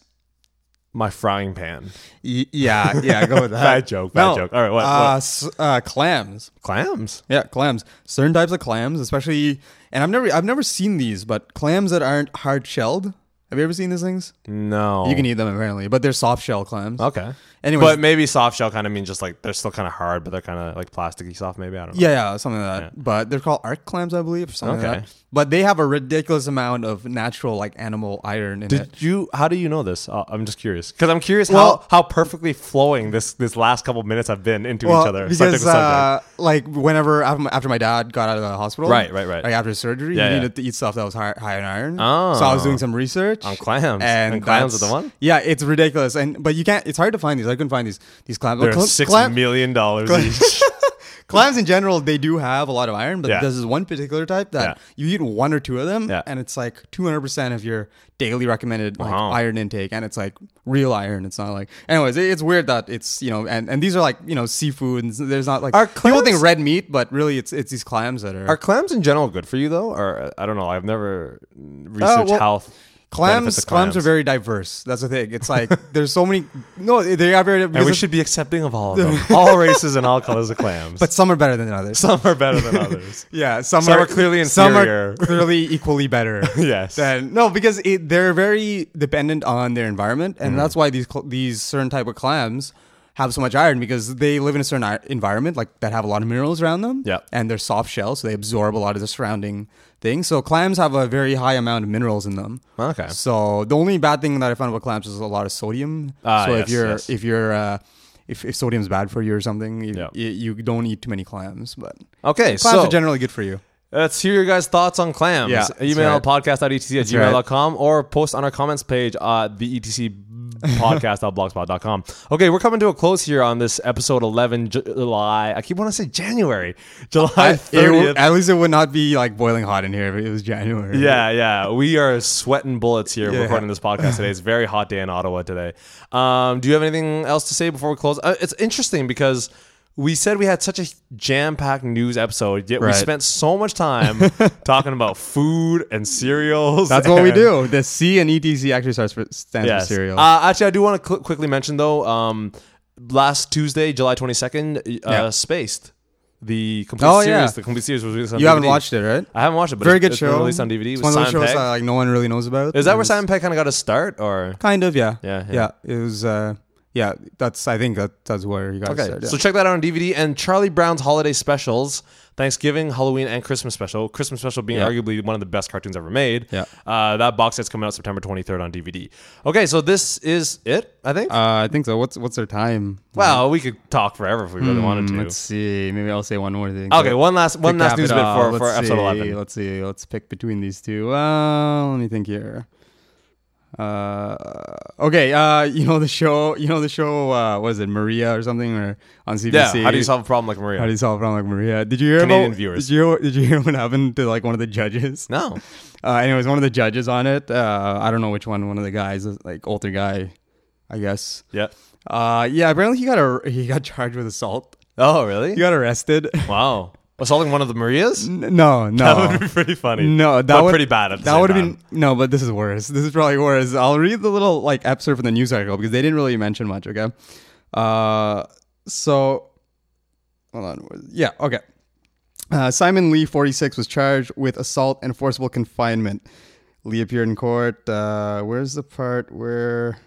S1: My frying pan.
S2: Y- yeah, yeah, go with that.
S1: Bad joke, bad joke. All right, what-
S2: uh,
S1: what?
S2: s- uh, clams.
S1: Clams.
S2: Yeah, clams. Certain types of clams, especially, and I've never I've never seen these, but clams that aren't hard shelled. Have you ever seen these things?
S1: No.
S2: You can eat them apparently, but they're soft shell clams.
S1: Okay.
S2: Anyways-
S1: but maybe soft shell kind of means just like they're still kind of hard, but they're kind of like plasticky soft. Maybe I don't know.
S2: Yeah, yeah, something like that. But they're called arc clams, I believe, or something like
S1: Okay.
S2: that. But they have a ridiculous amount of natural like animal iron in it.
S1: Did you? How do you know this? Uh, I'm just curious because I'm curious
S2: Well-
S1: how how perfectly flowing this this last couple minutes have been into each other. subject
S2: because
S1: to subject.
S2: uh, like whenever after my- after my dad got out of the hospital,
S1: Right, right, right.
S2: like after surgery,
S1: Yeah,
S2: he
S1: yeah.
S2: needed to eat stuff that was high, high in iron.
S1: Oh.
S2: so I was doing some research
S1: On clams. And clams
S2: that's-
S1: are the one?
S2: Yeah, it's ridiculous, and but you can't. It's hard to find these. I couldn't find these these clams.
S1: They're
S2: Cla-
S1: six
S2: clam-
S1: million dollars each.
S2: clams in general they do have a lot of iron but
S1: Yeah.
S2: there's this one particular type that
S1: Yeah.
S2: you eat one or two of them
S1: Yeah.
S2: and it's like 200% of your daily recommended like,
S1: Wow.
S2: iron intake and it's like real iron it's not like anyways it- it's weird that it's you know and, and these are like you know seafood and there's not like
S1: Are
S2: people
S1: clams-
S2: think red meat but really it's it's these clams that are,
S1: Are clams in general good for you though? Or uh, I don't know. I've never researched
S2: Oh, well,
S1: health. benefit
S2: Clams,
S1: the
S2: clams are very diverse. That's the thing. It's like there's so many. No, they are very.
S1: and we should be accepting of all of them, all races and all colors of clams.
S2: But some are better than others.
S1: some are better than others.
S2: Yeah, some,
S1: Some are clearly
S2: Some
S1: inferior.
S2: are clearly equally better.
S1: Yes.
S2: Than, no, because it, they're very dependent on their environment,
S1: Mm-hmm.
S2: and that's why these cl- these certain type of clams have so much iron because they live in a certain ir- environment like that have a lot of minerals around them.
S1: Yeah.
S2: and they're soft shells, so they absorb a lot of the surrounding things. So clams have a very high amount of minerals in them.
S1: Okay.
S2: So the only bad thing that I found about clams is a lot of sodium.
S1: Ah,
S2: so
S1: yes,
S2: if you're
S1: yes.
S2: if you're uh, if, if sodium's bad for you or something, you,
S1: Yeah.
S2: you, you don't eat too many clams. But
S1: Okay,
S2: clams
S1: so
S2: are generally good for you.
S1: let's hear your guys' thoughts on clams.
S2: Yeah, that's
S1: Email
S2: right.
S1: podcast.etc at
S2: That's right.
S1: gmail.com or post on our comments page at the e etc podcast.blogspot.com. Okay, we're coming to a close here on this episode 11 Ju- July. I keep wanting to say January, July
S2: I- it w-
S1: 30th.
S2: at least it would not be like boiling hot in here if it was January.
S1: Yeah, yeah. We are sweating bullets here
S2: Yeah.
S1: recording this podcast today. It's a very hot day in Ottawa today. Um, do you have anything else to say before we close? Uh, it's interesting because we said we had such a jam-packed news episode, yet we
S2: Right.
S1: spent so much time talking about food and cereals.
S2: That's what we
S1: and-
S2: do. The C and ETC actually starts for, stands
S1: Yes.
S2: for cereal.
S1: Uh, actually, I do want to cl- quickly mention though. Um, last Tuesday, July twenty second, uh,
S2: Yeah.
S1: Spaced, the complete
S2: Oh,
S1: series.
S2: yeah.
S1: The complete series was released. On
S2: you haven't
S1: DVD.
S2: watched it, right?
S1: I haven't watched it, but
S2: Very
S1: it's,
S2: good
S1: it's been
S2: show.
S1: released on DVD.
S2: It's
S1: with
S2: one of those
S1: Simon
S2: shows
S1: Pegg.
S2: that like no one really knows about.
S1: Is that
S2: It
S1: where
S2: was-
S1: Simon Pegg kind of got his start, or
S2: Kind of, yeah.
S1: Yeah, yeah.
S2: It was. Uh, yeah, that's. I think that that's where you guys.
S1: okay?
S2: started, yeah.
S1: So check that out on DVD and Charlie Brown's holiday specials, Thanksgiving, Halloween, and Christmas special. Christmas special being
S2: Yeah.
S1: arguably one of the best cartoons ever made.
S2: Yeah.
S1: uh, that box set's coming out September 23rd on DVD. Okay, so this is it, I think.
S2: Uh, I think so. What's what's their time?
S1: well, we could talk forever if we really wanted to.
S2: Hmm, Let's see. Maybe I'll say one more thing.
S1: Okay,
S2: So-
S1: one last one
S2: to
S1: last
S2: cap
S1: news
S2: it
S1: bit
S2: off,
S1: for, for
S2: let's
S1: episode
S2: see,
S1: eleven.
S2: Let's see. Let's pick between these two. Uh, let me think here. Uh, okay. Uh, you know the show. You know the show. Uh, what is it Maria or something or on
S1: Yeah,
S2: CBC?
S1: how do you solve a problem like
S2: How do
S1: Maria?
S2: you solve from like Maria? Did you hear
S1: Canadian
S2: about,
S1: viewers.
S2: Did you did you hear what happened to like one of the judges?
S1: No,
S2: Uh, anyways, one of the judges on it. Uh, I don't know which one. One of the guys, like older guy, I guess.
S1: yeah.
S2: Uh, yeah. Apparently he got a he got charged with assault.
S1: Oh, really?
S2: He got arrested.
S1: Wow, was solving one of the Marias?
S2: N- no, no.
S1: That would be pretty funny.
S2: No, that
S1: but
S2: would,
S1: pretty bad. At the
S2: that
S1: same
S2: would have
S1: time.
S2: been no, but this is worse. This is probably worse. I'll read the little like excerpt from the news article because they didn't really mention much. Okay, uh, so hold on. Yeah, okay. Uh, Simon Lee, 46, was charged with assault and forcible confinement. Lee appeared in court. Uh, where's the part where?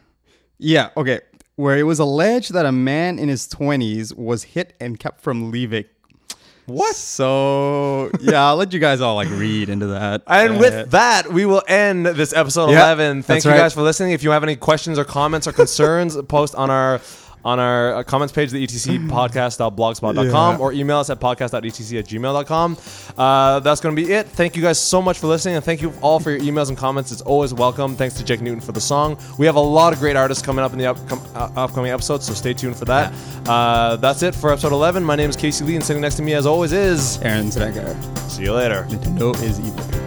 S2: Yeah, okay. Where it was alleged that a man in his 20s was hit and kept from leaving. What? So, yeah, I'll let you guys all like read into that.
S1: And
S2: Uh,
S1: with that, we will end this episode
S2: Yeah,
S1: 11. Thank
S2: that's
S1: you
S2: right.
S1: guys for listening. If you have any questions or comments or concerns, post on our on our uh, comments page, the etc podcast.blogspot.com,
S2: Yeah.
S1: or email us at podcast.etc at gmail.com. Uh, that's going to be it. Thank you guys so much for listening, and thank you all for your emails and comments. It's always welcome. Thanks to Jake Newton for the song. We have a lot of great artists coming up in the upcom- uh, upcoming episodes, so stay tuned for that. Uh, that's it for episode 11. My name is Casey Lee, and sitting next to me, as always, is.
S2: Aaron Svedgar.
S1: See you later.
S2: Nintendo is evil.